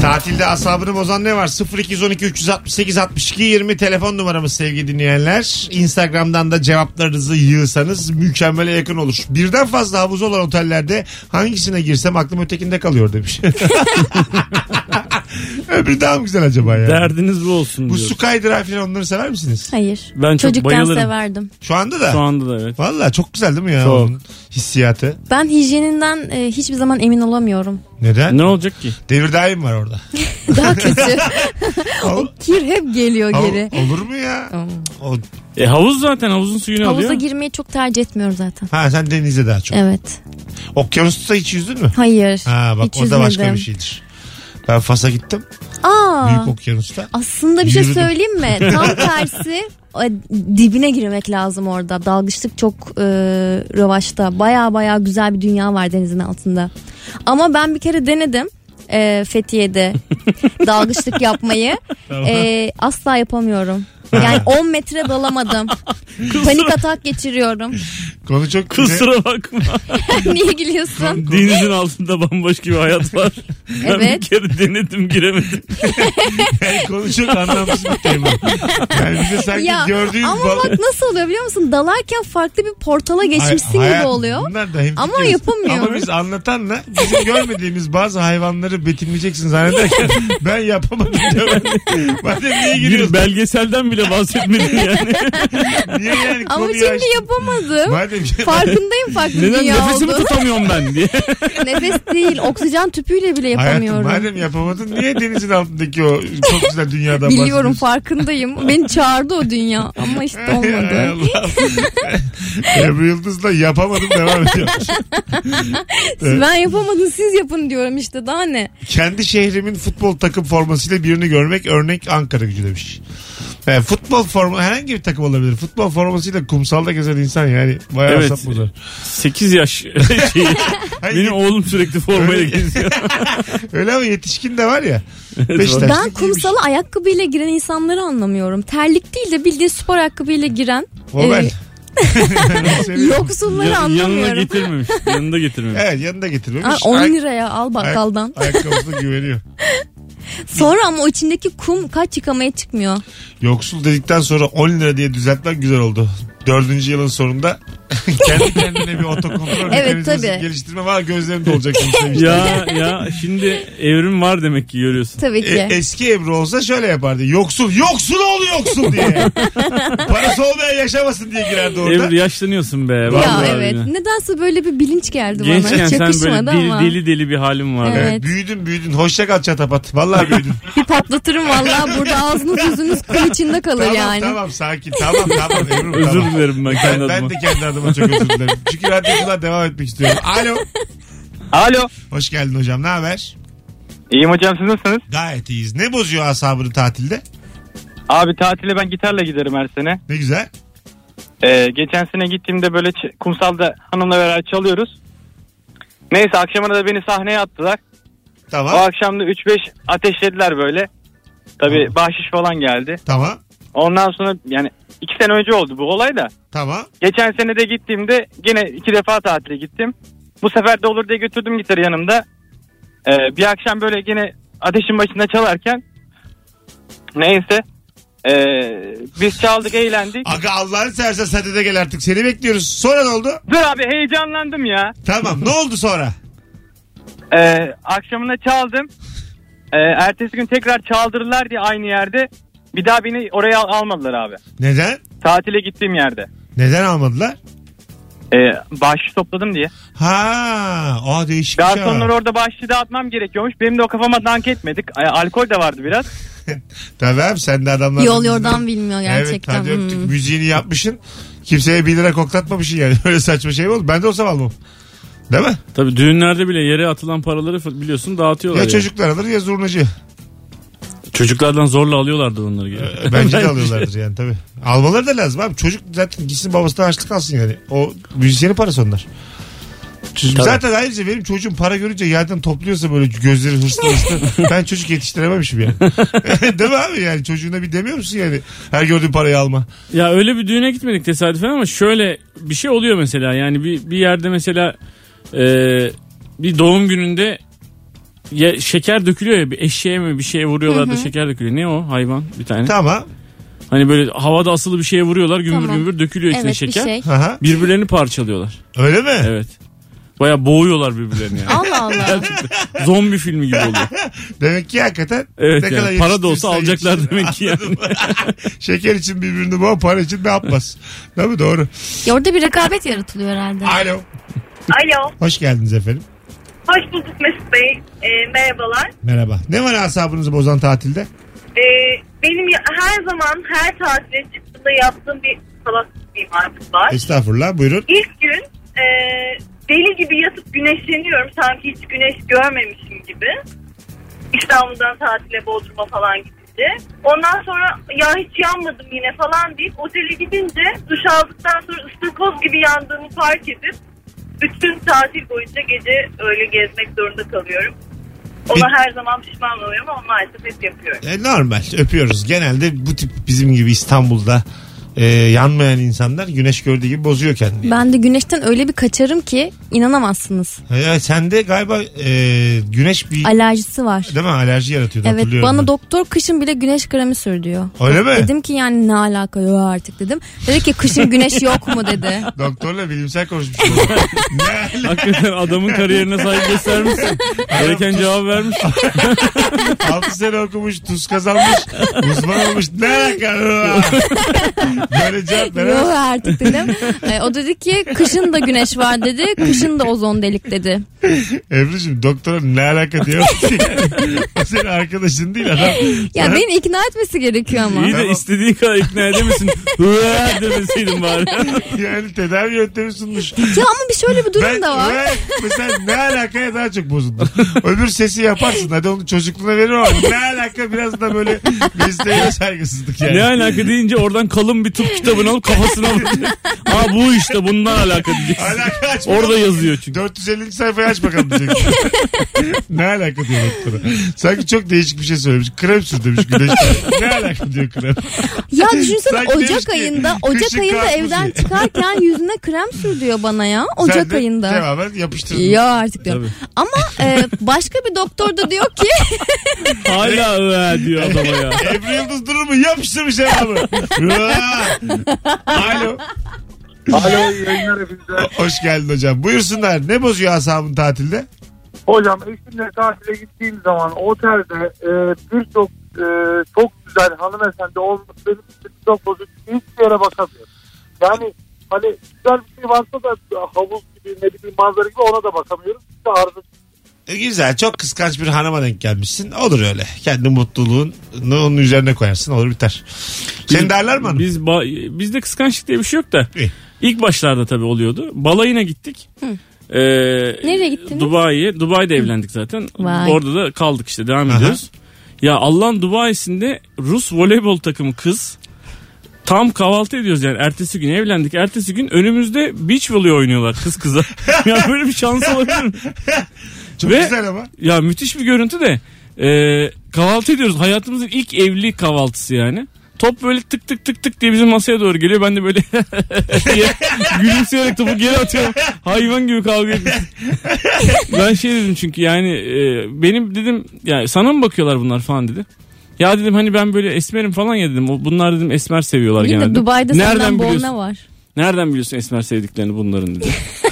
Tatilde asabını bozan ne var? 0212 368 62 20 telefon numaramız sevgili dinleyenler. Instagram'dan da cevaplarınızı yığsanız mükemmele yakın olur. Birden fazla havuz olan otellerde hangisine girsem aklım ötekinde kalıyor demiş. Öbürü daha mı güzel acaba ya? Derdiniz bu olsun Bu diyor. su kaydırağı falan onları sever misiniz? Hayır. Ben çok Çocukken bayılırım. severdim. Şu anda da. Şu anda da evet. Valla çok güzel değil mi ya? Çok. onun Hissiyatı. Ben hijyeninden e, hiçbir zaman emin olamıyorum. Neden? Ne olacak ki? Devir daim var orada. Daha kötü. Hav- Kir hep geliyor hav- geri. olur mu ya? Hmm. O- E havuz zaten havuzun suyunu Havuza alıyor. girmeyi çok tercih etmiyorum zaten. ha sen denize daha çok. Evet. Okyanusta hiç yüzdün mü? Hayır. Ha bak Hiç o da başka yüzmedim. bir şeydir. Ben Fas'a gittim. Aa. Büyük okyanusta. Aslında bir şey Yürüdüm. söyleyeyim mi? Tam tersi e, dibine girmek lazım orada. Dalgıçlık çok e, rövaşta. Baya baya güzel bir dünya var denizin altında. Ama ben bir kere denedim e, Fethiye'de dalgıçlık yapmayı. E, asla yapamıyorum. Yani 10 metre dalamadım. Panik atak geçiriyorum. Konu çok güzel. Kusura bakma. Niye gülüyorsun? Denizin altında bambaşka bir hayat var. Ben bir Evet. kere denedim giremedim. Konu çok anlamsız bir tema. Yani bize sanki Ya, gördüğümüz... Ama bal- bak nasıl oluyor biliyor musun? Dalarken farklı bir portala Hay- geçmişsin hayat- gibi oluyor. Bunlar da hemfikiriz. Ama yapamıyorum. Ama biz anlatanla bizim görmediğimiz bazı hayvanları betimleyeceksin zannederken ben yapamadım diyorum. Madem niye Bir giriyorsun? belgeselden bile bahsetmedim yani. Niye yani Ama konuyu şimdi açtın? yapamadım. Madem Farkındayım farklı Neden dünya nefesimi oldu. tutamıyorum ben diye. Nefes değil oksijen tüpüyle bile Hayatım yapamıyorum. madem yapamadın niye denizin altındaki o çok güzel dünyadan Biliyorum farkındayım. Beni çağırdı o dünya ama işte Hay olmadı. Allah. Ebru Yıldız'la yapamadım devam ediyor. Siz- ben yapamadım siz yapın diyorum işte daha ne. Kendi şehrimin futbol takım formasıyla birini görmek örnek Ankara gücü demiş. Yani futbol forma herhangi bir takım olabilir. Futbol formasıyla kumsalda gezen insan yani bayağı Evet. evet. sap bozar. 8 yaş şeyi. Hayır, Benim oğlum sürekli formayla Öyle- geziyor. Öyle ama yetişkin de var ya. doğru. Beşiktaş'ta Ben giymiş. kumsala ayakkabıyla giren insanları anlamıyorum. Terlik değil de bildiğin spor ayakkabıyla giren O ben. e, Seviyorum. yoksulları Ya- yanına anlamıyorum. getirmemiş. Yanında getirmemiş. Evet yanında Ha, getirmemiş. 10 Ay- liraya al bakkaldan. Ay- ayakkabısına güveniyor. Sonra ama o içindeki kum kaç yıkamaya çıkmıyor. Yoksul dedikten sonra 10 lira diye düzeltmek güzel oldu. Dördüncü yılın sonunda kendi kendine bir otokontrol Evet, mekanizması tabii. geliştirme var gözlerimde olacak. demiş. Ya ya şimdi evrim var demek ki görüyorsun. Tabii ki. E, eski Ebru olsa şöyle yapardı. Yoksul, yoksul oğlu yoksul diye. Parası olmayan yaşamasın diye girerdi orada. Evrim yaşlanıyorsun be. ya vallahi evet. billahi. Nedense böyle bir bilinç geldi bana. Gençken Hiç sen böyle yakışmadı deli, ama. deli deli bir halin vardı. Evet. Evet, E, Büyüdün büyüdün. Hoşça kal çatapat. Vallahi büyüdün. Bir patlatırım vallahi burada ağzınız yüzünüz kıl içinde kalır tamam yani. tamam sakin. Tamam tamam Ebru Özür tamam. dilerim ben kendi Ben, ben adıma. de kendi adıma çok özür dilerim. Çünkü radyoculuğa devam etmek istiyorum. Alo. Alo. Hoş geldin hocam. Ne haber? İyiyim hocam siz nasılsınız? Gayet iyiyiz. Ne bozuyor asabını tatilde? Abi tatile ben gitarla giderim her sene. Ne güzel. Ee, geçen sene gittiğimde böyle ç- kumsalda hanımla beraber çalıyoruz. Neyse akşamına da beni sahneye attılar. O Tamam. akşam da 3-5 ateşlediler böyle. Tabii bahşiş falan geldi. Tamam. Ondan sonra yani 2 sene önce oldu bu olay da. Tamam. Geçen sene de gittiğimde gene iki defa tatile gittim. Bu sefer de olur diye götürdüm gitarı yanımda. Ee, bir akşam böyle gene ateşin başında çalarken neyse ee, biz çaldık eğlendik. Aga Allah'ını seversen sen de gel artık. Seni bekliyoruz. Sonra ne oldu? Dur abi heyecanlandım ya. Tamam. Ne oldu sonra? Ee, akşamına çaldım. Ee, ertesi gün tekrar çaldırırlar diye aynı yerde. Bir daha beni oraya al- almadılar abi. Neden? Tatile gittiğim yerde. Neden almadılar? Ee, bahşiş topladım diye. Ha, o değişik bir şey var. Garsonlar orada bahşişi dağıtmam gerekiyormuş. Benim de o kafama dank etmedik. Ee, alkol de vardı biraz. Tamam sen de adamlar. Yol yordan bilmiyor Evet gerçekten. hadi öptük. Hmm. Müziğini yapmışsın. Kimseye 1 lira koklatmamışsın yani. Öyle saçma şey mi olur? Ben de olsam almam. Değil mi? Tabii düğünlerde bile yere atılan paraları f- biliyorsun dağıtıyorlar. Ya yani. çocuklar alır ya zurnacı. Çocuklardan zorla alıyorlardı onları. geri. Ee, Bence de alıyorlardır yani tabii. Almaları da lazım abi. Çocuk zaten gitsin babasına harçlık alsın yani. O müzisyenin parası onlar. Çünkü Tabii. Zaten ayrıca benim çocuğum para görünce yerden topluyorsa böyle gözleri hırslı hırslı ben çocuk yetiştirememişim yani. Değil mi abi yani çocuğuna bir demiyor musun yani her gördüğün parayı alma. Ya öyle bir düğüne gitmedik tesadüfen ama şöyle bir şey oluyor mesela. Yani bir, bir yerde mesela e, bir doğum gününde ya şeker dökülüyor ya bir eşeğe mi bir şeye vuruyorlar da şeker dökülüyor. Ne o hayvan bir tane? Tamam. Hani böyle havada asılı bir şeye vuruyorlar gümbür Tamam. gümbür dökülüyor içine Evet bir şeker. şey. Aha. Birbirlerini parçalıyorlar. Öyle mi? Evet. Baya boğuyorlar birbirlerini yani. Allah Allah. Gerçekten. Zombi filmi gibi oluyor. Demek ki hakikaten Evet ne yani. kadar Para da olsa yetiştirirsen alacaklar demek ki yani. yetiştirirsin. Şeker için birbirini bu para için ne yapmaz? Değil mi? Doğru. Ya orada bir rekabet yaratılıyor herhalde. Alo. Alo. Hoş geldiniz efendim. Hoş bulduk Mesut Bey. Ee, merhabalar. Merhaba. Ne var asabınızı bozan tatilde? Ee, benim ya- her zaman her tatile çıktığımda yaptığım bir salaklık artık var. Estağfurullah buyurun. İlk gün e, deli gibi yatıp güneşleniyorum. Sanki hiç güneş görmemişim gibi. İstanbul'dan tatile Bodrum'a falan gidince. Ondan sonra ya hiç yanmadım yine falan deyip otele gidince duş aldıktan sonra ıstakoz gibi yandığımı fark edip bütün tatil boyunca gece öyle gezmek zorunda kalıyorum. Ona her zaman pişman oluyorum ama maalesef hep yapıyorum. E, normal öpüyoruz. Genelde bu tip bizim gibi İstanbul'da e, yanmayan insanlar güneş gördüğü gibi bozuyor kendini. Ben de güneşten öyle bir kaçarım ki inanamazsınız. E, sende galiba e, güneş bir Alerjisi var. değil mi alerji yaratıyordu Evet hatırlıyorum. bana ben. doktor kışın bile güneş kremi sür diyor. Öyle mi? Dedim ki yani ne alaka yok artık dedim. Dedi ki kışın güneş yok mu dedi. Doktorla bilimsel konuşmuş. ne Hakikaten adamın kariyerine saygı göstermişsin. Gereken cevap vermiş. 6 sene okumuş, tuz kazanmış, uzman olmuş. Ne alaka? Böyle cevap yok veremez. artık dedim. E, o dedi ki kışın da güneş var dedi. Kışın da ozon delik dedi. Ebru'cum doktora ne alaka diyor. O senin arkadaşın değil adam. Ya beni ikna etmesi gerekiyor ama. İyi de Tamam. istediğin kadar ikna edemesin. Hıa demeseydin bari. Yani tedavi yöntemi sunmuş. Ya ama bir şöyle bir durum Ben, da var. ben mesela ne alakaya daha çok bozuldum. Öbür sesi yaparsın. Hadi onu çocukluğuna verir ama ne alaka biraz da böyle mesleğine saygısızlık yani. Ne alaka deyince oradan kalın bir tıp kitabını alıp kafasına vuracak. Aa bu işte bundan alaka diyeceksin. Alaka aç. Orada yazıyor çünkü. 450. sayfayı aç bakalım diyeceksin. ne alaka diyor doktora. Sanki çok değişik bir şey söylemiş. Krem sür demiş güneş. ne alaka diyor krem. Ya düşünsene Sanki demiş Ocak ki, ayında Ocak kışın ayında karpuz evden ye. çıkarken yüzüne krem sür diyor bana ya Sen Ocak de ayında. Devamen yapıştırdın. Ya artık diyorum. Ama e, başka bir doktor da diyor ki Hala hıa diyor adama ya. Ebru Yıldız durur mu? Yapıştırmış adamı. Uaa! Alo. Alo iyi yayınlar hepinize. Hoş geldin hocam. Buyursunlar. Ne bozuyor asabın tatilde? Hocam eşimle tatile gittiğim zaman otelde e, birçok e, çok güzel hanımefendi olması benim için çok bozuk. Hiçbir yere bakamıyorum. Yani hani güzel bir şey varsa da havuz gibi ne bileyim manzara gibi ona da bakamıyorum. İşte arzu E, Güzel. Çok kıskanç bir hanıma denk gelmişsin. Olur öyle. Kendi mutluluğunu onun üzerine koyarsın. Olur biter. Seni derler mi hanım? Biz ba- bizde kıskançlık diye bir şey yok da. İyi. İlk başlarda tabii oluyordu. Balayına gittik. Ee, Nereye gittiniz? Dubai'ye. Dubai'de evlendik zaten. Vay. Orada da kaldık işte devam Aha. ediyoruz. Ya Allah'ın Dubai'sinde Rus voleybol takımı kız. Tam kahvaltı ediyoruz yani. Ertesi gün evlendik. Ertesi gün önümüzde beach volley oynuyorlar kız kıza. ya böyle bir şans olabilir mi? Çok Ve- güzel ama. Ya müthiş bir görüntü de. Ee, kahvaltı ediyoruz. Hayatımızın ilk evli kahvaltısı yani. Top böyle tık tık tık tık diye bizim masaya doğru geliyor. Ben de böyle diye gülümseyerek topu geri atıyorum. Hayvan gibi kavga ediyoruz. ben şey dedim çünkü yani e, benim dedim yani sana mı bakıyorlar bunlar falan dedi. Ya dedim hani ben böyle esmerim falan ya dedim. O- Bunlar dedim esmer seviyorlar yine genelde. Dubai'de senden biliyorsun? bolna var. Nereden biliyorsun esmer sevdiklerini bunların dedi.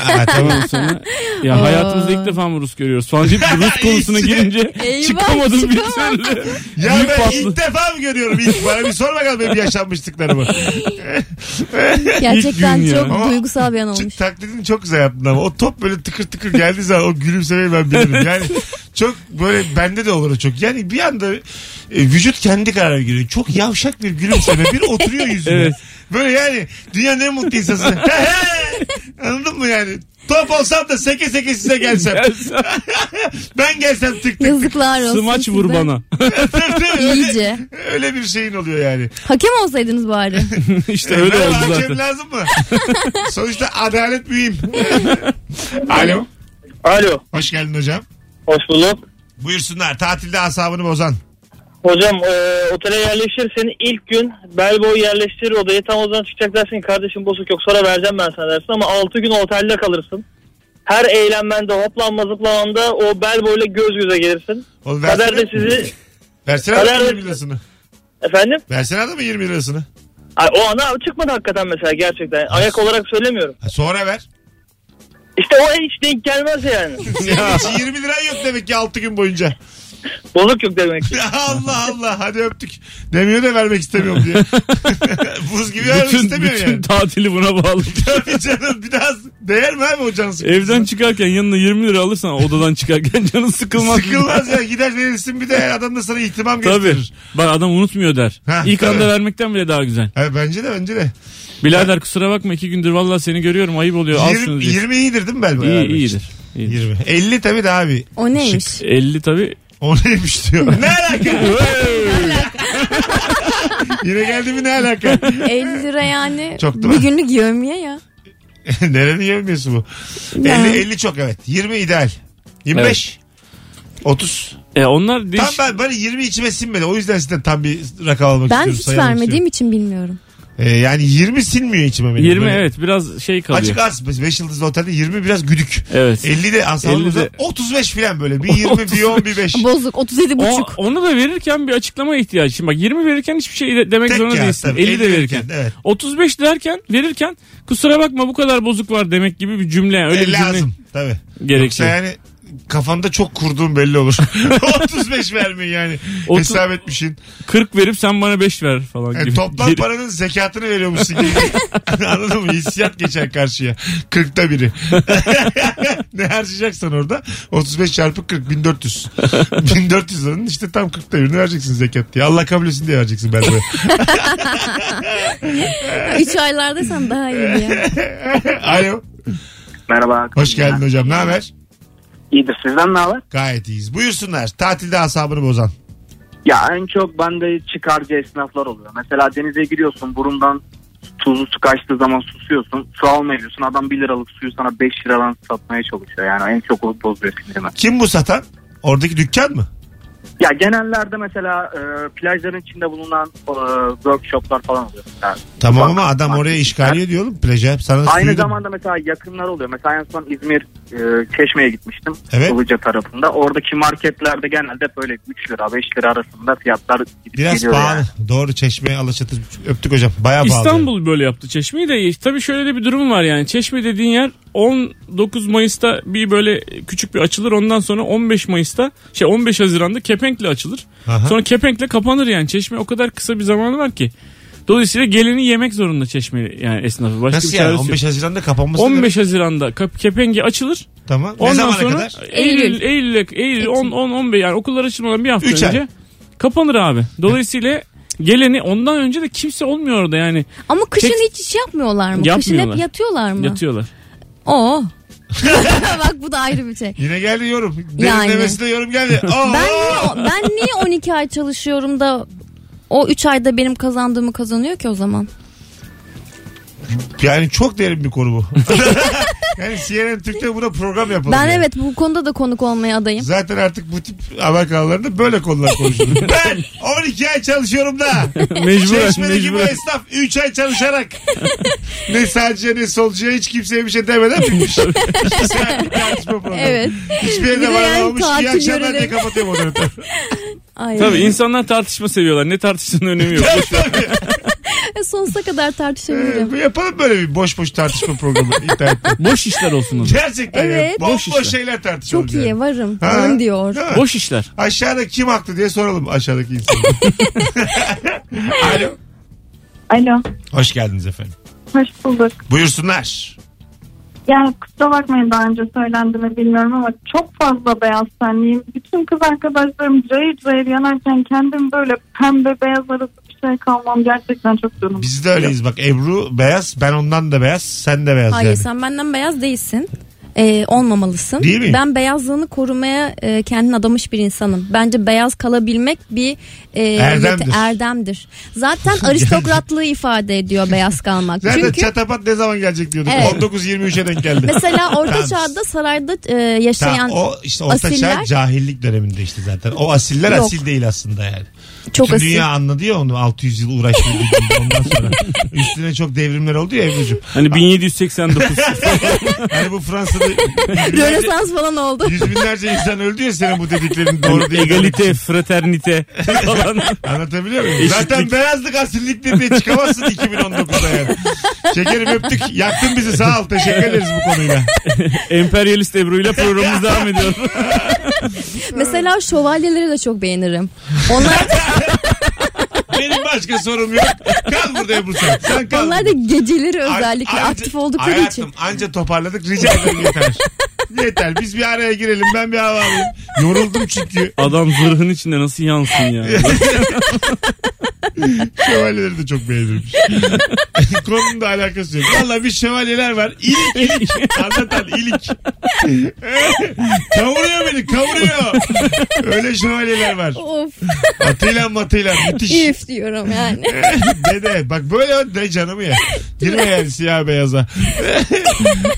Aa, tamam. Sonra ya hayatımızda ilk defa mı Rus görüyoruz falan deyip Rus konusuna girince Eyvah, çıkamadım bir çıkamadım. türlü. Ya Büyük ben patlı. ilk defa mı görüyorum? İlk, bana bir sor bakalım benim yaşanmışlıklarımı. Gerçekten gün ya. çok Ama- duygusal bir an olmuş. Çık, taklidini çok güzel yaptın ama o top böyle tıkır tıkır geldiği zaman o gülümsemeyi ben bilirim. Yani çok böyle bende de olur o çok. Yani bir anda e, vücut kendi karar veriyor. Çok yavşak bir gülümseme bir oturuyor yüzüne. Evet. Böyle yani dünyanın en mutlu insansın. Anladın mı yani? Top olsam da seke seke size gelsem. ben gelsem tık tık tık. Yazıklar olsun. Smaç vur size. bana. öyle, İyice. öyle bir şeyin oluyor yani. Hakem olsaydınız bari. işte öyle Merhaba, oldu hakem zaten. lazım mı? Sonuçta adalet mühim. Alo. Alo. Hoş geldin hocam. Hoş bulduk. Buyursunlar. Tatilde asabını bozan. Hocam e, otele yerleşirsin ilk gün bel boyu yerleştirir odaya tam o zaman çıkacak dersin ki kardeşim bozuk yok sonra vereceğim ben sana dersin ama 6 gün otelde kalırsın. her eğlenmende hoplanma zıplamanda o bel boyla göz göze gelirsin. Oğlum Kader de versene. sizi Versene adamın Kader de- 20 lirasını. efendim Versene adamın 20 lirasını. ay, o ana abi çıkmadı hakikaten mesela gerçekten ayak olarak söylemiyorum. Ha, Sonra ver. İşte o hiç denk gelmez yani. Senin için 20 liran yok demek ki 6 gün boyunca. Bozuk yok demek ki. Allah Allah hadi öptük. Demiyor da vermek istemiyorum diye. Buz gibi vermek bütün istemiyor bütün yani. tatili buna bağlı. Tabii canım biraz değer mi abi o can sıkıntısı? Evden çıkarken yanına 20 lira alırsan odadan çıkarken canın sıkılmaz. Sıkılmaz ya gider verirsin bir de her adam da sana ihtimam Tabii. gösterir. Bak adam unutmuyor der. Ha, İlk tabii. anda vermekten bile daha güzel. Ha, bence de bence de. Bilader kusura bakma iki gündür vallahi seni görüyorum ayıp oluyor. Al şunu 20, diye. 20 iyidir değil mi Belma? İyi, abi? iyidir. iyidir. 20. 50 tabii de abi. O neymiş? 50 tabii. O neymiş diyor. Ne alaka? Yine geldi mi ne alaka? 50 lira yani Çok değil mi? bir günlük yevmiye ya. Nereni yemiyorsun bu? Ya. 50, 50 çok evet. 20 ideal. 25. 30. E onlar değiş. Tam ben bana 20 içime sinmedi. O yüzden sizden tam bir rakam almak Ben istiyorum. hiç sayalım vermediğim için bilmiyorum. istiyorum. Ee, yani 20 sinmiyor içime benim. 20 Böyle evet biraz şey kalıyor. Açık arz 5 yıldızlı otelde 20 biraz güdük. Evet. 50 de aslında 50 de- 35 falan böyle. Bir 20 bir 10 bir 5. Bozuk 37 O- buçuk. onu da verirken bir açıklama ihtiyacı. Şimdi bak 20 verirken hiçbir şey de- demek Tek zorunda ya, değilsin. tabii. 50 de 50 verirken. verirken, evet. 35 derken verirken kusura bakma bu kadar bozuk var demek gibi bir cümle. Öyle bir Öyle cümle E, lazım. Tabii. Yoksa gerekiyor. yani kafanda çok kurduğun belli olur. 35 vermeyin yani. Otuz- Hesap etmişsin. 40 verip sen bana 5 ver falan Yani gibi. toplam Geri- paranın zekatını veriyormuşsun gibi. Anladın mı? Hissiyat geçer karşıya. 40'ta biri. ne harcayacaksan orada? 35 çarpı 40 1400. 1400 liranın işte tam 40'ta birini vereceksin zekat diye. Allah kabul etsin diye vereceksin ben de. Oh. 3 aylardaysan daha iyi ya. Alo. Merhaba. Hoş geldin hocam. Ne haber? İyidir sizden ne haber? Gayet iyiyiz. Buyursunlar. Tatilde asabını bozan. Ya en çok bende çıkarcı esnaflar oluyor. Mesela denize giriyorsun burundan tuzlu su kaçtığı zaman susuyorsun. Su almaya gidiyorsun. Adam 1 liralık suyu sana 5 liradan satmaya çalışıyor. Yani en çok o bozuyor sinirimi. Kim bu satan? Oradaki dükkan mı? Ya genellerde mesela e, plajların içinde bulunan e, workshoplar falan oluyor. Yani Tamam Bak- ama adam bak- oraya işgal ediyor oğlum plaja. Sana Aynı suyu da- zamanda mesela yakınlar oluyor. Mesela en son İzmir e, Çeşme'ye gitmiştim. Evet. Ilıca tarafında. Oradaki marketlerde genelde böyle 3 lira 5 lira arasında fiyatlar gidip Biraz geliyor pahalı. yani. Doğru çeşme alaçatı öptük hocam. Bayağı pahalı. İstanbul böyle yaptı Çeşme'yi de tabii şöyle de bir durum var yani Çeşme dediğin yer 19 Mayıs'ta bir böyle küçük bir açılır ondan sonra 15 Mayıs'ta şey 15 Haziran'da kepenkle açılır Aha. sonra kepenkle kapanır yani Çeşme o kadar kısa bir zamanı var ki dolayısıyla geleni yemek zorunda Çeşme yani esnafı başka Nasıl bir şey yani çaresi 15 yok. Haziran'da kapanması 15 Haziran'da kap- kepengi açılır. Tamam. Ondan ne zamana sonra kadar? Eylül Eylül Eylül 10 10 15 yani okullar açılmadan bir hafta Üç ay. önce kapanır abi. Dolayısıyla geleni ondan önce de kimse olmuyor orada yani Ama kışın Tek- hiç iş yapmıyorlar mı? Kışın Yapmıyorlar. hep yatıyorlar mı? yatıyorlar. Oo. Bak bu da ayrı bir şey. Yine geldi yorum. Benim Yani. demesine yorum geldi. Oo! Ben niye, ben niye 12 ay çalışıyorum da o 3 ayda benim kazandığımı kazanıyor ki o zaman? Yani çok derin bir konu bu. yani CNN Türk'te buna program yapalım. Ben yani. evet bu konuda da konuk olmaya adayım. Zaten artık bu tip haber kanallarında böyle konular konuşuluyor. ben 12 ay çalışıyorum da. mecburen Çeşmedeki bu mecburen. esnaf 3 ay çalışarak ne sağcıya ne solcuya hiç kimseye bir şey demeden bitmiş. İki saatlik tartışma programı. Evet. Hiçbir yere Bir de yani varamamış. İyi tatil akşamlar diye görelim. kapatıyorum moderatörü. Ay. Tabii insanlar tartışma seviyorlar. Ne tartıştığının önemi yok. Sonsuza kadar tartışabilirim. Ee, yapalım böyle bir boş boş tartışma programı internette. Boş işler olsun o zaman. Gerçekten Evet. ya. Boş Boş boş işler. şeyler tartışıyoruz. Çok iyi yani. varım. Ha? Varım diyor. Ha. Boş işler. Aşağıda kim haklı diye soralım aşağıdaki insanlara. Alo. Alo. Hoş geldiniz efendim. Hoş bulduk. Buyursunlar. Ya kusura bakmayın daha önce söylendi mi bilmiyorum ama çok fazla beyaz tenliyim. Bütün kız arkadaşlarım cayır cayır yanarken kendim böyle pembe beyaz arası bir şey kalmam gerçekten çok canım. Biz de öyleyiz bak. Ebru beyaz, ben ondan da beyaz, sen de beyaz Hayır yani. sen benden beyaz değilsin. Ee, olmamalısın. Değil mi? Ben beyazlığını korumaya e, kendini adamış bir insanım. Bence beyaz kalabilmek bir e, Erdemdir. yete- erdemdir. Zaten aristokratlığı ifade ediyor beyaz kalmak. Zaten Çünkü çatapat ne zaman gelecek diyorduk. Evet. 19-23'e denk geldi. mesela orta Tamam. çağda sarayda e, yaşayan Tamam, o işte orta çağ asiller- cahillik döneminde işte zaten. O asiller Yok. asil değil aslında yani. çok Bütün asil. dünya anladı ya onu 600 yıl uğraştı. Ondan sonra üstüne çok devrimler oldu ya Ebru'cum. Hani 1789. Hani bu Fransa'da orada yüz, Rönesans falan oldu. yüz binlerce insan öldü ya senin bu dediklerin doğru değil. Egalite, fraternite falan. Anlatabiliyor muyum? Eşitlik. Zaten beyazlık asilliktir diye çıkamazsın 2019'da yani. Şekerim öptük. Yaktın bizi sağ ol. Teşekkür ederiz bu konuyla. Emperyalist Ebru ile programımız devam ediyor. Mesela şövalyeleri de çok beğenirim. Onlar Benim başka sorum yok. Kal burada Ebru sen. Sen kal. onlar da geceleri özellikle An- anca- aktif oldukları hayatım, için. anca toparladık. Rica ederim yeter. Yeter. Biz bir araya girelim. Ben bir hava alayım. Yoruldum çünkü. Adam zırhın içinde nasıl yansın ya? Şövalyeleri de çok beğenirmiş. Konunun da alakası yok. Valla bir şövalyeler var. İlik ilik. Anlatan ilik. kavuruyor beni kavuruyor. Öyle şövalyeler var. Of Atıyla matıyla müthiş. if diyorum yani. Dede bak böyle de canımı ya. Girme yani siyah beyaza.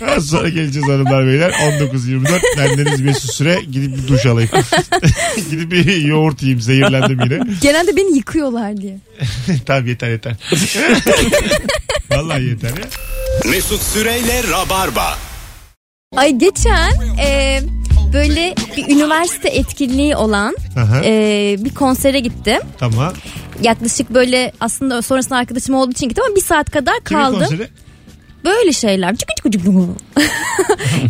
Az sonra geleceğiz hanımlar beyler. 19.24 bendeniz Mesut Süre. Gidip bir duş alayım. Gidip bir yoğurt yiyeyim zehirlendim yine. Genelde beni yıkıyorlar diye. tamam yeter yeter. Vallahi yeter ya. Mesut Süreyle Rabarba. Ay geçen e, böyle bir üniversite etkinliği olan Aha, e, bir konsere gittim. tamam. Yaklaşık böyle aslında sonrasında arkadaşım olduğu için gittim ama bir saat kadar Kimin kaldım. konseri? Böyle şeyler. Çıkı çıkı çıkı.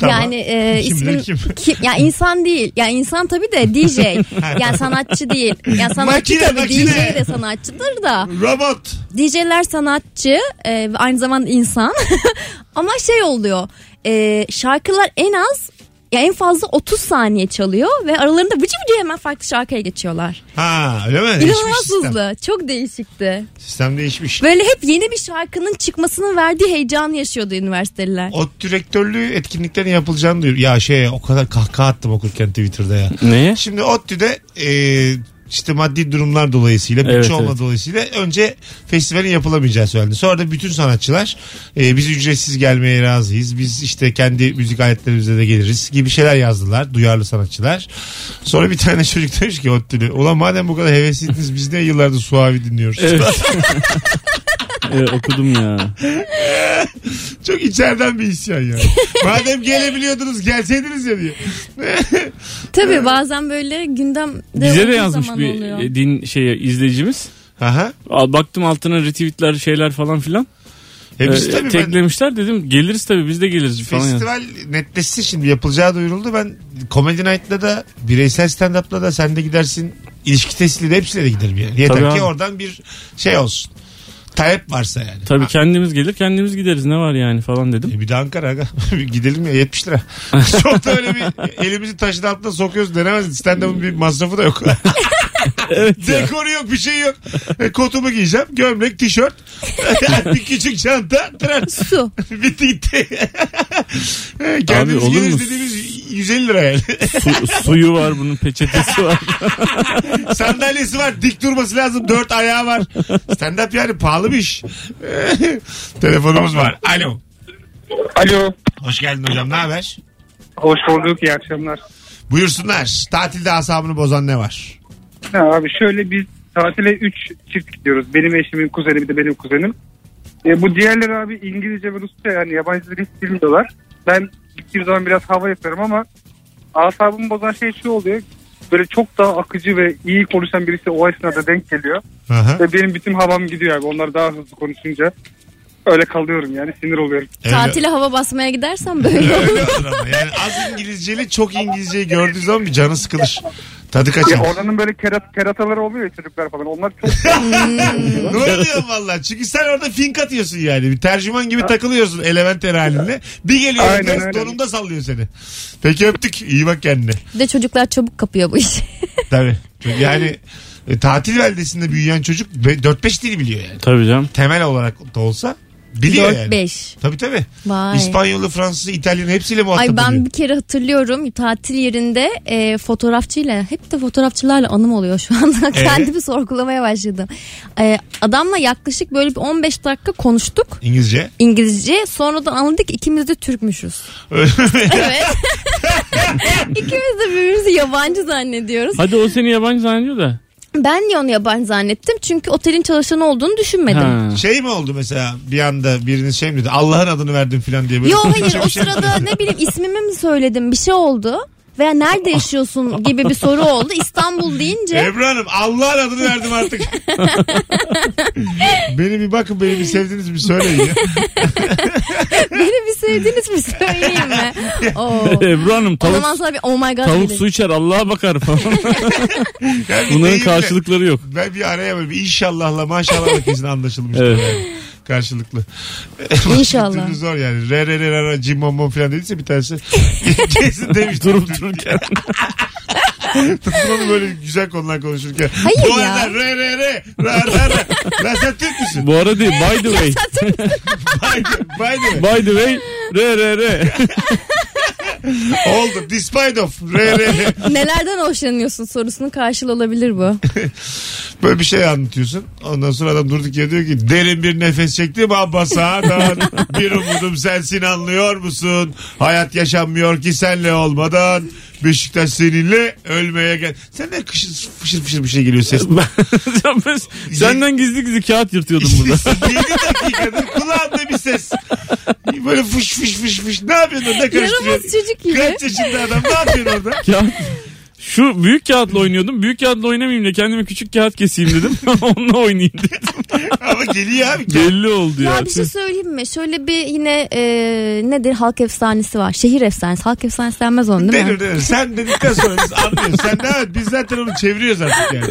Tamam. Yani e, Kim ismin bilir kim? Ki- ya insan değil. Ya insan tabii de DJ. yani sanatçı değil. Ya sanatçı Makine, tabii makine. DJ de sanatçıdır da. Robot. DJ'ler sanatçı e, ve aynı zamanda insan. Ama şey oluyor. E, şarkılar en az ya en fazla 30 saniye çalıyor ve aralarında bıcı bıcı hemen farklı şarkıya geçiyorlar. Ha öyle mi? Değişmiş İnanılmaz sistem. hızlı. Çok değişikti. Sistem değişmiş. Böyle hep yeni bir şarkının çıkmasının verdiği heyecanı yaşıyordu üniversiteliler. O direktörlüğü etkinliklerin yapılacağını duyur. Ya şey o kadar kahkaha attım okurken Twitter'da ya. Neye? Şimdi ODTÜ'de e, işte maddi durumlar dolayısıyla, bütçe Evet, olma evet. dolayısıyla önce festivalin yapılamayacağı söylendi. Sonra da bütün sanatçılar e, biz ücretsiz gelmeye razıyız. Biz işte kendi müzik aletlerimizle de geliriz gibi şeyler yazdılar duyarlı sanatçılar. Sonra bir tane çocuk demiş ki ODTÜ'lü ulan madem bu kadar hevesliydiniz biz niye yıllardır Suavi dinliyoruz? Evet. Evet, okudum ya. Çok içeriden bir isyan yani. madem gelebiliyordunuz gelseydiniz ya diyor. Tabii e, bazen böyle gündemde Bize de olduğu yazmış zaman bir oluyor. e, din şey izleyicimiz. Aha. Al, Baktım altına retweetler şeyler falan filan. E biz Ee, tabii ben- teklemişler dedim geliriz tabii biz de geliriz falan. yazdı. Festival netleşti şimdi yapılacağı duyuruldu. Ben Comedy Night'la da bireysel stand-up'la da sen de gidersin. İlişki testiyle de hepsiyle de giderim yani. Yeter Tabii ki abi. oradan bir şey olsun. Talep varsa yani. Tabii Ha, kendimiz gelir kendimiz gideriz ne var yani falan dedim. e bir de Ankara aga. Bir gidelim ya 70 lira. Çok da öyle bir elimizi taşın altına sokuyoruz denemez. Stand-up'ın bir masrafı da yok. Dekoru yok bir şey yok. E, kotumu giyeceğim. Gömlek, tişört. bir küçük çanta. Tıraş. Su. Bitti gitti. Kendimiz olur geliriz mu? dediğimiz 150 lira yani. Su- suyu var bunun peçetesi var. Sandalyesi var dik durması lazım. Dört ayağı var. Stand up yani pahalı bir iş. Telefonumuz var. Alo. Alo. Hoş geldin hocam ne haber? Hoş bulduk. iyi akşamlar. Buyursunlar. Tatilde asabını bozan ne var? Ha, abi şöyle biz tatile 3 çift gidiyoruz. Benim eşimin kuzeni bir de benim kuzenim. E, bu diğerleri abi İngilizce ve Rusça yani yabancı dil hiç bilmiyorlar. Ben gittiğim zaman biraz hava yapıyorum ama asabımı bozan şey şu oluyor. Böyle çok daha akıcı ve iyi konuşan birisi o esnada denk geliyor. Aha. Ve benim bütün havam gidiyor abi. Onlar daha hızlı konuşunca. Öyle kalıyorum yani sinir oluyorum. Öyle- Tatile hava basmaya gidersen böyle olur. Öyle olur ama. Yani az İngilizceli çok İngilizceyi gördüğü zaman bir canı sıkılır. Tadı Ya kaçar. E, oranın böyle kerat, kerataları oluyor ya çocuklar falan. Onlar çok ne oluyor valla? Çünkü sen orada fink atıyorsun yani. Bir tercüman gibi takılıyorsun elementer halinle. Bir geliyor Aynen Aynen, öyle. donunda sallıyor seni. Peki öptük. İyi bak kendine. Bir de çocuklar çabuk kapıyor bu işi. Tabii. Çünkü yani e, tatil beldesinde büyüyen çocuk be- 4-5 dil biliyor yani. Tabii canım. Temel olarak da olsa biliyor yani. 4-5. Tabii tabii. Vay. İspanyolu, Fransız, İtalyan hepsiyle muhatap Ay ben oluyor. bir kere hatırlıyorum tatil yerinde e, fotoğrafçıyla hep de fotoğrafçılarla anım oluyor şu anda. Kendimi sorgulamaya başladım. E, adamla yaklaşık böyle bir 15 dakika konuştuk İngilizce. İngilizce. Sonradan anladık ki ikimiz de Türkmüşüz. Evet. ikimiz de birbirimizi yabancı zannediyoruz. Hadi o seni yabancı zannediyor da. Ben niye onu yabancı zannettim? Çünkü otelin çalışanı olduğunu düşünmedim. Ha. Şey mi oldu mesela bir anda biriniz şey mi dedi Allah'ın adını verdim falan diye. Böyle Yo saçma hayır bir o şey mi dedi? sırada ne bileyim ismimi mi söyledim bir şey oldu. Veya nerede yaşıyorsun gibi bir soru oldu. İstanbul deyince Ebru Hanım Allah'ın adını verdim artık. beni bir bakın beni bir sevdiniz bir söyleyin ya. beni bir sevdiniz mi söyleyeyim mi? Oo. Ebru Hanım O tavuk, zaman sonra bir oh my god tavuk dedim. su içer Allah'a bakar falan. Yani Bunların neyimle- karşılıkları yok. Ben bir araya böyle bir inşallahla maşallahla kesin anlaşılmıştır. Evet. yani. Karşılıklı. İnşallah. Bir türlü zor yani. Re re re re re cim bom bom falan dediyse bir tanesi kesin demiş. Durup dururken. Tutun onu böyle güzel konular konuşurken. Hayır Bu ya. arada re re re ra ra ra. Lan sen Türk müsün? Bu arada değil, by the way. By the, by the way. By the way. Re re re. Oldu. Despite of. Re re re. Nelerden hoşlanıyorsun sorusunun karşılığı olabilir bu. Böyle bir şey anlatıyorsun. Ondan sonra adam durduk yere diyor ki derin bir nefes çektim Abbas Sağdan. bir umudum sensin anlıyor musun? Hayat yaşanmıyor ki senle olmadan. Beşiktaş seninle ölmeye gel. Sen de kışır fışır fışır bir şey geliyor ses. Sen- ben Senden gizli gizli kağıt yırtıyordum burada. 7 dakikadır kulağımda bir ses. Böyle fış fış fış fış. Ne yapıyorsun orada Yaramaz karıştırıyorsun? çocuk gibi. Kaç yaşında adam ne yapıyorsun orada? Kağıt. Şu büyük kağıtla oynuyordum. Büyük kağıtla oynamayayım da kendime küçük kağıt keseyim dedim. Onunla oynayayım dedim. Ama geliyor abi. Belli oldu ya. Ya bir şey söyleyeyim mi? Şöyle bir yine e, nedir halk efsanesi var. Şehir efsanesi. Halk efsanesi denmez onun değil mi? Denir denir. Sen dedikten sonra biz anlıyoruz. Sen devam et. Biz zaten onu çeviriyoruz artık yani.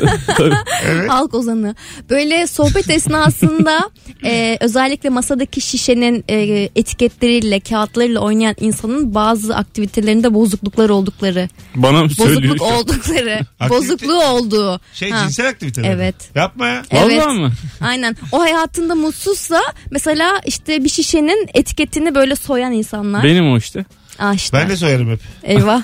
Evet. Halk ozanı. Böyle sohbet esnasında e, özellikle masadaki şişenin e, etiketleriyle, kağıtlarıyla oynayan insanın bazı aktivitelerinde bozuklukları oldukları, Bana mı söylüyorsun? bozukluk oldukları, şey Aktivite- bozukluğu olduğu. Şey Ha. cinsel aktivite. mi? Evet. Yapma ya. Vallahi Evet. mi? Aynen. O hayatında mutsuzsa mesela işte bir şişenin etiketini böyle soyan insanlar. Benim o işte. Aa işte. Ben de soyarım hep. Eyvah.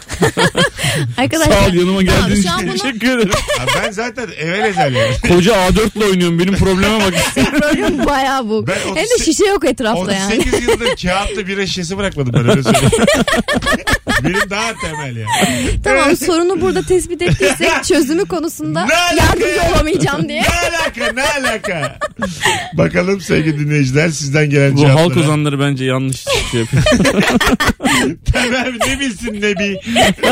Arkadaşlar. Sağ ol yanıma Tamam, geldiğin şu an için bunu- teşekkür ederim. Ha, ben zaten evvel ezel yani. Koca A4 ile oynuyorum. Benim probleme bak. Program bayağı bu. Ben Hem de 38 şişe yok etrafta yani. 38 yıldır kağıtlı bir şişesi bırakmadım ben öyle söyleyeyim. Benim daha temel yani. Tamam sorunu burada tespit ettiysek çözümü konusunda Ne alaka yardımcı ya? olamayacağım diye. Ne alaka ne alaka. Bakalım sevgili dinleyiciler sizden gelen Bu cevaplara. halk ozanları bence yanlış şey yapıyor. Temel ne bilsin Nebi.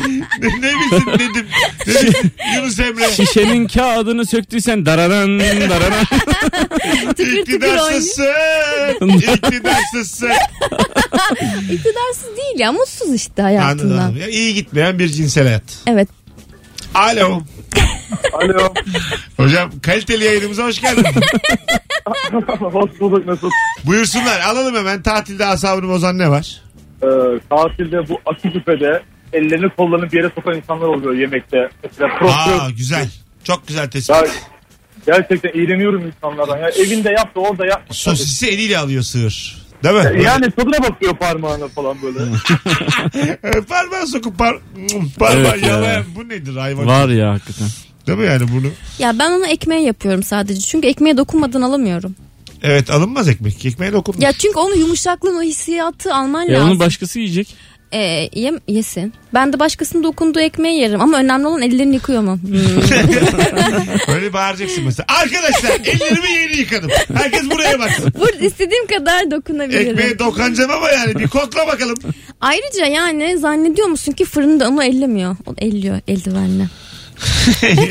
ne, ne bilsin Nedim. Ne bilsin Yunus Emre. Şişenin kağıdını söktüysen dararan dararan. Tıkır tıkır oynuyor. İktidarsızsın. İktidarsızsın. İktidarsız değil ya mutsuz işte Anladım. hayatından. anladım. Ya, iyi gitmeyen bir cinsel hayat. Evet. Alo. Alo. Hocam kaliteli yayınımıza hoş geldin. Hoş bulduk Mesut. Buyursunlar alalım hemen tatilde asabını bozan ne var? Ee, tatilde bu akı küpede ellerini kollarını bir yere sokan insanlar oluyor yemekte. Mesela profesör. Aa güzel. Çok güzel tespit. Ya, gerçekten iğreniyorum insanlardan. Ya, evinde yaptı orada yapma. Sosisi eliyle alıyor sığır. Değil mi? Yani tadına bakıyor parmağına falan böyle. Ee, Parmağı sokup par parmağı Evet ya. yalayan. Bu nedir hayvan? Var ya hakikaten. Değil mi yani bunu? Ya ben onu ekmeğe yapıyorum sadece. Çünkü ekmeğe dokunmadan alamıyorum. Evet alınmaz ekmek. Ekmeğe dokunmaz. Ya çünkü onun yumuşaklığın o hissiyatı alman Ya lazım. onu başkası yiyecek. Ee, yem, yesin. Ben de başkasının dokunduğu ekmeği yerim. Ama önemli olan ellerini yıkıyor mu? Hmm. Böyle bağıracaksın mesela. Arkadaşlar ellerimi yeni yıkadım. Herkes buraya baksın. Burada istediğim kadar dokunabilirim. Ekmeğe dokanacağım ama yani bir kokla bakalım. Ayrıca yani zannediyor musun ki fırında onu ellemiyor. O elliyor eldivenle.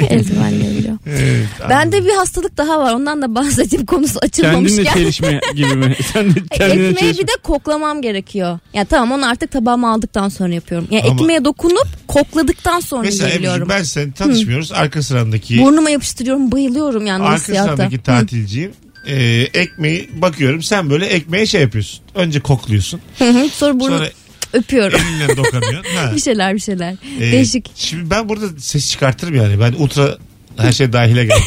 eldivenle elliyor. Evet, Bende bir hastalık daha var. Ondan da bahsedeyim konusu açılmamış. Kendinle Yani- çelişme gibi mi? Sen de kendine Ekmeği çelişme. bir de koklamam gerekiyor. Ya tamam onu artık tabağıma aldıktan sonra yapıyorum. Ya Ama- ekmeğe dokunup kokladıktan sonra Mesela geliyorum. Emre'cim ben seni tanışmıyoruz. Arka sırandaki Burnuma yapıştırıyorum, bayılıyorum yani o arka hissiyata. sıradaki tatilciyim. Ee, ekmeği bakıyorum sen böyle ekmeğe şey yapıyorsun. Önce kokluyorsun. Hı hı. sonra burnu Sonra öpüyorum. elinle dokanıyorsun. Ha. bir şeyler bir şeyler. Ee, Değişik. Şimdi ben burada ses çıkartırım yani. Ben ultra her şey dahile geldim.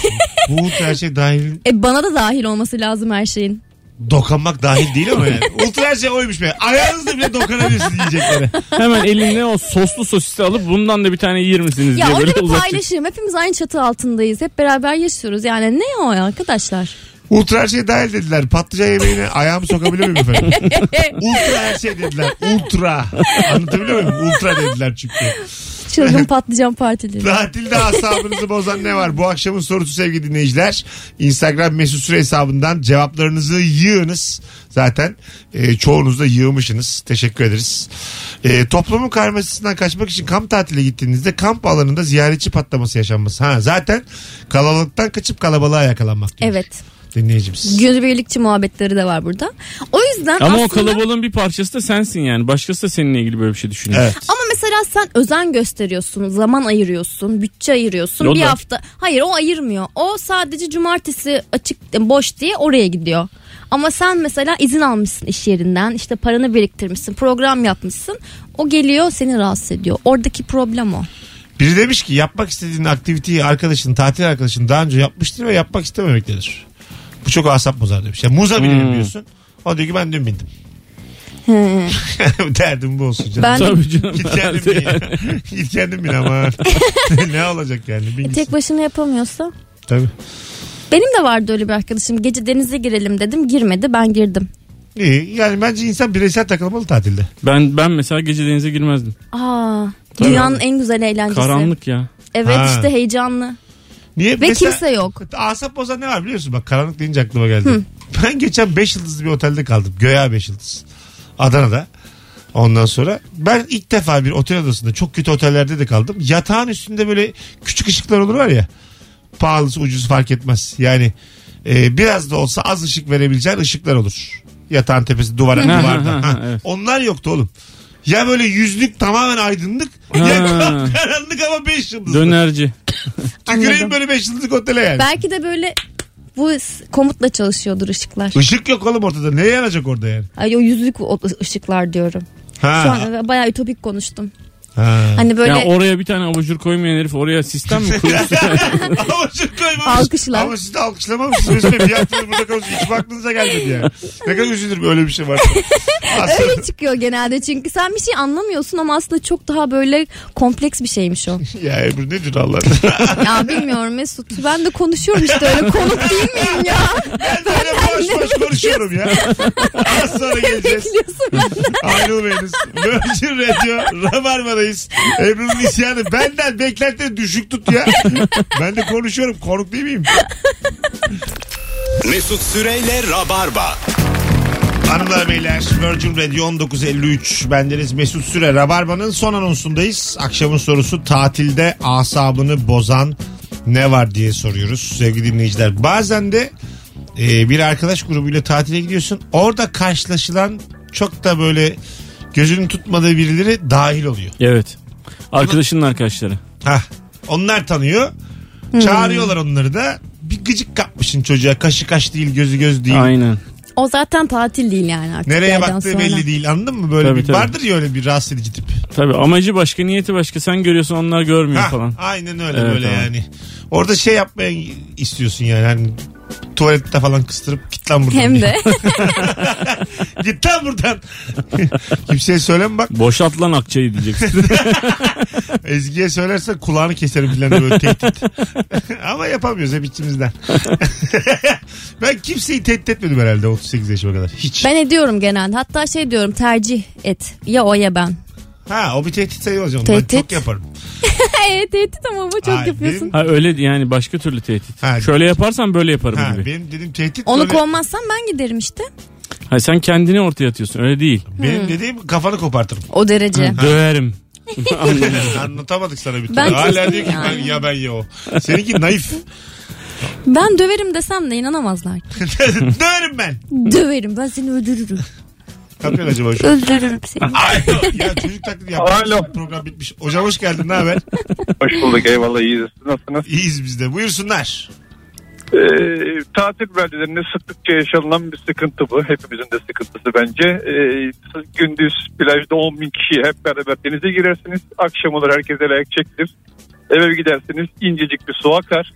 Bu ultra her şey dahil E bana da dahil olması lazım her şeyin. dokanmak dahil değil ama yani. Ultra her şey oymuş be. Ayağınızla bile dokanabilirsiniz yiyeceklere. Hemen eline o soslu sosisi alıp bundan da bir tane yer misiniz Ya diye orada böyle bir uzatacak. paylaşım. Hepimiz aynı çatı altındayız. Hep beraber yaşıyoruz. Yani ne o ya arkadaşlar? Ultra her şey dahil dediler. Patlıcan yemeğine ayağımı sokabilir miyim efendim? ultra her şey dediler. Ultra. Anlatabiliyor muyum? Ultra dediler çünkü. Çılgın patlıcan partileri. Tatilde asabınızı bozan ne var? Bu akşamın sorusu sevgili dinleyiciler. Instagram mesut süre hesabından cevaplarınızı yığınız. Zaten e, çoğunuz da yığmışsınız. Teşekkür ederiz. E, toplumun karmaşasından kaçmak için kamp tatile gittiğinizde kamp alanında ziyaretçi patlaması yaşanması. Ha, zaten kalabalıktan kaçıp kalabalığa yakalanmak diyor Evet. dinleyicimiz. Günübirlikçi muhabbetleri de var burada. O yüzden Ama aslında... o kalabalığın bir parçası da sensin yani. Başkası da seninle ilgili böyle bir şey düşünüyor. Evet. Ama mesela sen özen gösteriyorsun, zaman ayırıyorsun, bütçe ayırıyorsun. Loda. Bir hafta. Hayır o ayırmıyor. O sadece cumartesi açık boş diye oraya gidiyor. Ama sen mesela izin almışsın iş yerinden. işte paranı biriktirmişsin, program yapmışsın. O geliyor seni rahatsız ediyor. Oradaki problem o. Biri demiş ki yapmak istediğin aktiviteyi arkadaşın, tatil arkadaşın daha önce yapmıştır ve yapmak istememektedir. Bu çok asap bozar demiş. Yani muza binelim diyorsun. O diyor ki ben dün bindim. Derdim bu olsun canım. Ben Tabii canım. Git kendin bin ya. Git kendin bin ama. ne olacak yani? Bin gitsin. E, tek başına yapamıyorsa. Tabii. Benim de vardı öyle bir arkadaşım. Gece denize girelim dedim. Girmedi. Ben girdim. İyi. Yani bence insan bireysel takılmalı tatilde. Ben ben mesela gece denize girmezdim. Aa, dünyanın en güzel eğlencesi. Karanlık ya. Evet Ha. işte heyecanlı. Niye? Ve Mesela kimse yok. Asap bozan ne var biliyor musun? Bak karanlık deyince aklıma geldi. Ben geçen 5 yıldızlı bir otelde kaldım. Göya 5 yıldız. Adana'da. Ondan sonra ben ilk defa bir otel odasında çok kötü otellerde de kaldım. Yatağın üstünde böyle küçük ışıklar olur var ya. Pahalısı ucuz fark etmez. Yani e, biraz da olsa az ışık verebileceğin ışıklar olur. Yatağın tepesi duvara Hı. duvarda. Hı, hı, Ha. evet. Onlar yoktu oğlum. Ya böyle yüzlük tamamen aydınlık. Ya Ha. karanlık ama 5 yıldızlı. Dönerci. Tüküreyim Anladım. böyle 5 yıldızlık otele yani. Belki de böyle bu s- komutla çalışıyordur ışıklar. Işık yok oğlum ortada. Ne yanacak orada yani? Ay o yüzlük o- ışıklar diyorum. Ha. Şu an bayağı ütopik konuştum. ha. Hani böyle Yani oraya bir tane abajur koymayan herif oraya sistem mi kurmuş? ama şu koymamış. Alkışlar. Ama siz de alkışlamamışsınız. Mesut Bey, bir haftadır burada konuşuyor. Hiç mi aklınıza gelmedi yani. Ne kadar üzülürüm öyle bir şey var. Aslında öyle çıkıyor genelde çünkü sen bir şey anlamıyorsun ama aslında çok daha böyle kompleks bir şeymiş o. ya Ebru nedir Allah? ya bilmiyorum Mesut ben de konuşuyorum işte öyle konuk değil miyim ya? Ben böyle boş boş konuşuyorum ya. Az sonra geleceğiz. Biliyorsun ben Ayrılmayınız. Virgin Radio Rabarba'dayız. Ebru'nun isyanı benden beklentileri düşük tut ya. Ben de konuşuyorum. Konuk değil miyim? Mesut Süreyle Rabarba. Hanımlar beyler Virgin Radio 1953 bendeniz Mesut Süre Rabarba'nın son anonsundayız. Akşamın sorusu tatilde asabını bozan ne var diye soruyoruz sevgili dinleyiciler. Bazen de e, bir arkadaş grubuyla tatile gidiyorsun orada karşılaşılan çok da böyle gözünün tutmadığı birileri dahil oluyor. evet. Arkadaşının arkadaşları. Hah, onlar tanıyor Hmm. çağırıyorlar onları da bir gıcık kapmışın çocuğa kaşı kaş değil gözü göz değil. Aynen. O zaten tatil değil yani artık. bir Nereye yerden baktığı sonra. belli değil anladın mı? Böyle Tabii, bir tabii. vardır ya öyle bir rahatsız edici tip. Tabii amacı başka, niyeti başka. Sen görüyorsun onlar görmüyor Ha, falan. Aynen öyle Evet, böyle tamam. yani. Orada şey yapmayı istiyorsun yani. Hani tuvalette falan kıstırıp git lan buradan. Hem de git lan buradan. Kimseye söyleme bak. Boşalt lan akçayı diyeceksin. Ezgi'ye söylersen kulağını keserim falan diye böyle tehdit. Ama yapamıyoruz hep içimizden. ben kimseyi tehdit etmedim herhalde 38 yaşıma kadar. Hiç. ben ediyorum genelde hatta şey diyorum tercih et ya o ya ben. Ha o bir tehdit sayılmaz. Onu Ben Tehdit. çok yaparım. Evet tehdit ama bu çok Ay, yapıyorsun. benim- ha öyle yani başka türlü tehdit. Ha. Şöyle yaparsan böyle yaparım Ha, gibi. benim dedim tehdit Onu böyle- konmazsan ben giderim işte. Ha, sen kendini ortaya atıyorsun öyle değil. Benim dediğim kafanı kopartırım. O derece. Döverim. Anlatamadık sana bir türlü. Ben Hala kesin diyor ki yani. ben, ya ben ya o. Seninki naif. Ben döverim desem de inanamazlar. Döverim ben. döverim ben seni öldürürüm. Ne yapıyorsun acaba şu an? Öldürürüm seni. Alo. Ya çocuk taklidi yapmış. Alo. Program bitmiş. Hocam hoş geldin ne haber? Hoş bulduk eyvallah iyiyiz. Siz Nasılsınız? İyiyiz biz de. Buyursunlar. Ee, tatil beldelerinde sıklıkça yaşanılan bir sıkıntı bu. Hepimizin de sıkıntısı bence. Ee, siz gündüz plajda 10 bin kişi hep beraber denize girersiniz. Akşam olur herkese layak çekilir. Eve gidersiniz incecik bir su akar.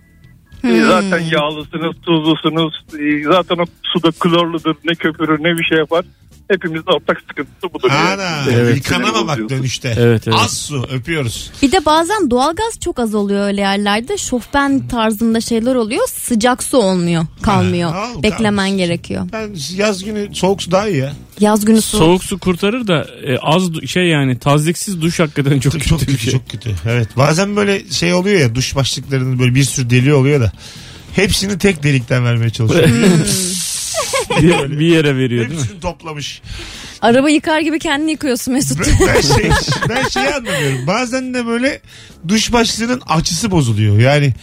Ee, Zaten yağlısınız, tuzlusunuz. Ee, Zaten o suda klorludur. Ne köpürür ne bir şey yapar. Hepimizin ortak sıkıntısı budur. Ana Evet. yıkanama bak dönüşte. Evet, evet. Az su öpüyoruz. Bir de bazen doğalgaz çok az oluyor öyle yerlerde. Şofben tarzında şeyler oluyor. Sıcak su olmuyor. Kalmıyor. Ha, al, Beklemen kalmış. gerekiyor. Ben yaz günü soğuk su daha iyi ya. Yaz günü su. Soğuk su kurtarır da e, az du- şey yani tazliksiz duş hakikaten çok kötü Çok bir kötü, şey. çok kötü. Evet. Bazen böyle şey oluyor ya duş başlıklarının böyle bir sürü deliği oluyor da. Hepsini tek delikten vermeye çalışıyor. bir, bir yere veriyor değil mi? Hepsini toplamış. Araba yıkar gibi kendini yıkıyorsun Mesut. Ben, ben şey, ben şeyi anlamıyorum. Bazen de böyle duş başlığının açısı bozuluyor. Yani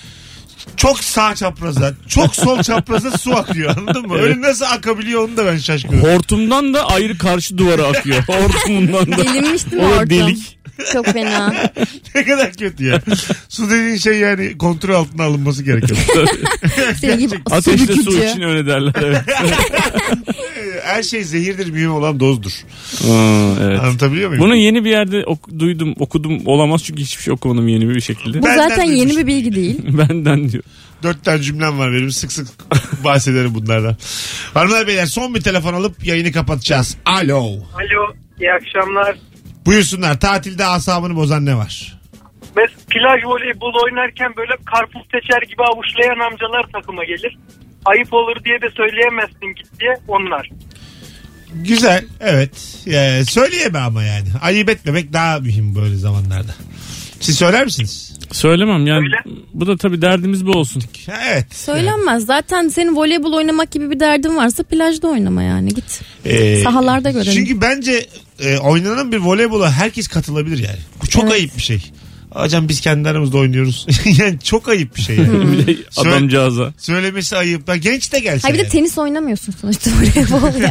çok sağ çapraza, çok sol çapraza su akıyor anladın mı? Öyle nasıl akabiliyor onu da ben şaşkınım. Hortumdan da ayrı karşı duvara akıyor. Hortumundan da. Delinmiş değil mi O ortam? delik. Çok fena. ne kadar kötü ya. Su dediğin şey yani kontrol altına alınması gerekiyor. Senin gibi su Ateşle su bükücü. için öyle derler. Evet. Her şey zehirdir, mühim olan dozdur. Aa, evet. Anlatabiliyor muyum? Bunu yeni bir yerde ok- duydum, okudum. Olamaz çünkü hiçbir şey okumadım yeni bir şekilde. Bu Benden zaten yeni duymuştum. bir bilgi değil. Benden diyor. Dört tane cümlem var benim. Sık sık bahsederim bunlardan. Hanımlar beyler son bir telefon alıp yayını kapatacağız. Alo. Alo iyi akşamlar. Buyursunlar. Tatilde asabını bozan ne var? Mes plaj voleybol oynarken böyle karpuz seçer gibi avuçlayan amcalar takıma gelir. Ayıp olur diye de söyleyemezsin git diye onlar. Güzel. Evet. Ee, söyleyeme ama yani. Ayıp etmemek daha mühim böyle zamanlarda. Siz söyler misiniz? Söylemem yani. Öyle. Bu da tabii derdimiz bu olsun. Evet. Söylenmez. Zaten senin voleybol oynamak gibi bir derdin varsa plajda oynama yani git. Ee, Sahalarda görelim. Çünkü bence e, oynanan bir voleybola herkes katılabilir yani. Bu çok ayıp bir şey. Hocam biz kendi aramızda oynuyoruz. yani çok ayıp bir şey yani. Bir de adamcağıza. Söylemesi ayıp. Ya genç de gelse. Hayır bir de yani. tenis oynamıyorsun sonuçta voleybol ya.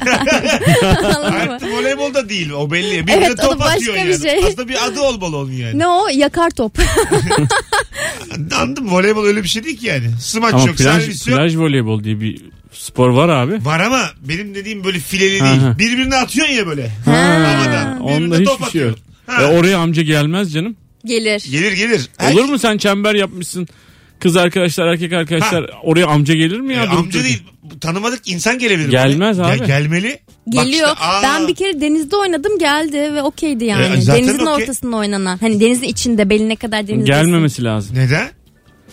Anladın mı? Artık voleybol da değil o belli. Bir Evet, de o top da başka atıyor bir yani. şey. Aslında bir adı olmalı onun yani. Ne o? Yakar top. Anladın mı? Voleybol öyle bir şey değil ki yani. Smaç Ama yok, plaj, servis yok. plaj voleybol diye bir spor var abi. şey. Var ama benim dediğim böyle fileli Aha. değil. Birbirine atıyorsun ya böyle. Ha, Havada. onda Birbirine top hiçbir şey yok. atıyorsun. Ha. E oraya amca gelmez canım. Gelir. Gelir gelir. Olur mu sen çember yapmışsın? Kız arkadaşlar, erkek arkadaşlar oraya amca gelir mi ya? şey- Ya, Durup E, amca dururken. değil tanımadık insan gelebilir. Gelmez buraya. abi. Gel- gelmeli. Bak Geliyor. işte, aa. ben bir kere denizde oynadım geldi ve okeydi yani. E, zaten denizin okey. ortasında oynanan. Hani denizin içinde beline kadar denizde. Gelmemesi lazım. Neden?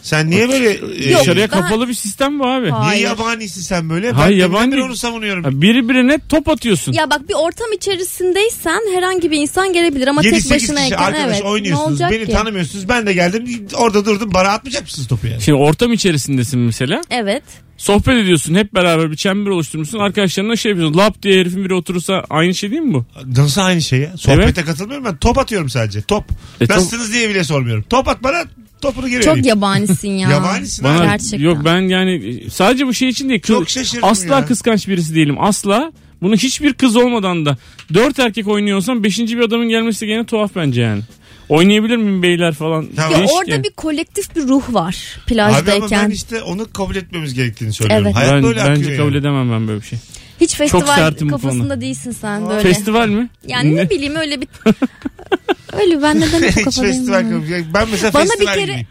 Sen niye böyle... e, Yok. Dışarıya Ben- kapalı bir sistem bu abi. Ha. niye Hayır. yabanisin sen böyle? Hayır, ben yabani. yabani- onu savunuyorum. Ha, Birbirine top atıyorsun. Ya bak bir ortam içerisindeysen herhangi bir insan gelebilir ama 7-8 tek başına kişi iken arkadaş evet. Ne oynuyorsunuz. olacak Beni ki? tanımıyorsunuz. Ben de geldim. Orada durdum. Bana atmayacak mısınız topu yani? Şimdi ortam içerisindesin mesela. Evet. Sohbet ediyorsun. Hep beraber bir çember oluşturmuşsun. Arkadaşlarına şey yapıyorsun. Lap diye herifin biri oturursa aynı şey değil mi bu? Nasıl aynı şey ya? Sohbete Evet. katılmıyorum ben. Top atıyorum sadece. Top. E, top- Nasılsınız diye bile sormuyorum. Top at bana topunu geri Çok vereyim. yabanisin ya. Yabanisin Bana Gerçekten. yok ben yani sadece bu şey için değil. Kız- Çok şaşırdım asla ya. kıskanç birisi değilim. Asla. Bunu hiçbir kız olmadan da dört erkek oynuyorsam beşinci bir adamın gelmesi gene tuhaf bence yani. Oynayabilir miyim beyler falan? Tamam. Ya Değişik orada bir kolektif bir ruh var Abi ama ben plajdayken. işte onu kabul etmemiz gerektiğini söylüyorum. Evet. Hayat ben, böyle akıyor. bence kabul yani. edemem ben böyle bir şey. Hiç festival sertim bu kafasında konuda. değilsin sen böyle. Festival mi? Yani ne? Ne? bileyim öyle bir... öyle ben neden hep Hiç kafadayım festival ya? kabul Ben mesela Bana bir festival kere- gibiyim.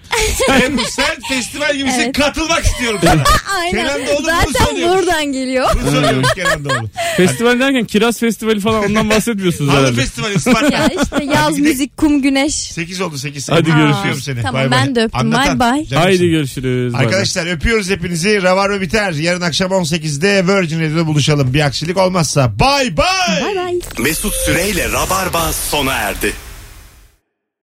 sen, sen festival gibisin. Evet. Katılmak istiyorum sana. Kenan Aynen. Doğulu bunu Zaten sanıyormuş. buradan geliyor. Bunu soruyormuş Kenan Doğulu. Festival derken kiraz festivali falan ondan bahsetmiyorsunuz Halı herhalde. festivali Isparta. ya işte Hadi yaz gidelim. müzik, kum, güneş. 8 oldu 8. Hadi görüşürüz. Seni. Tamam, Bay bay. ben de öptüm. Anlatan. Bay bay. Canımsın. Haydi görüşürüz. Bay bay. Arkadaşlar öpüyoruz hepinizi. Ravarma biter. Yarın akşam 18'de Virgin Radio'da buluşalım. Bir aksilik olmazsa. Bay bay. Bay bay. Mesut Süreyle Rabarba sona erdi.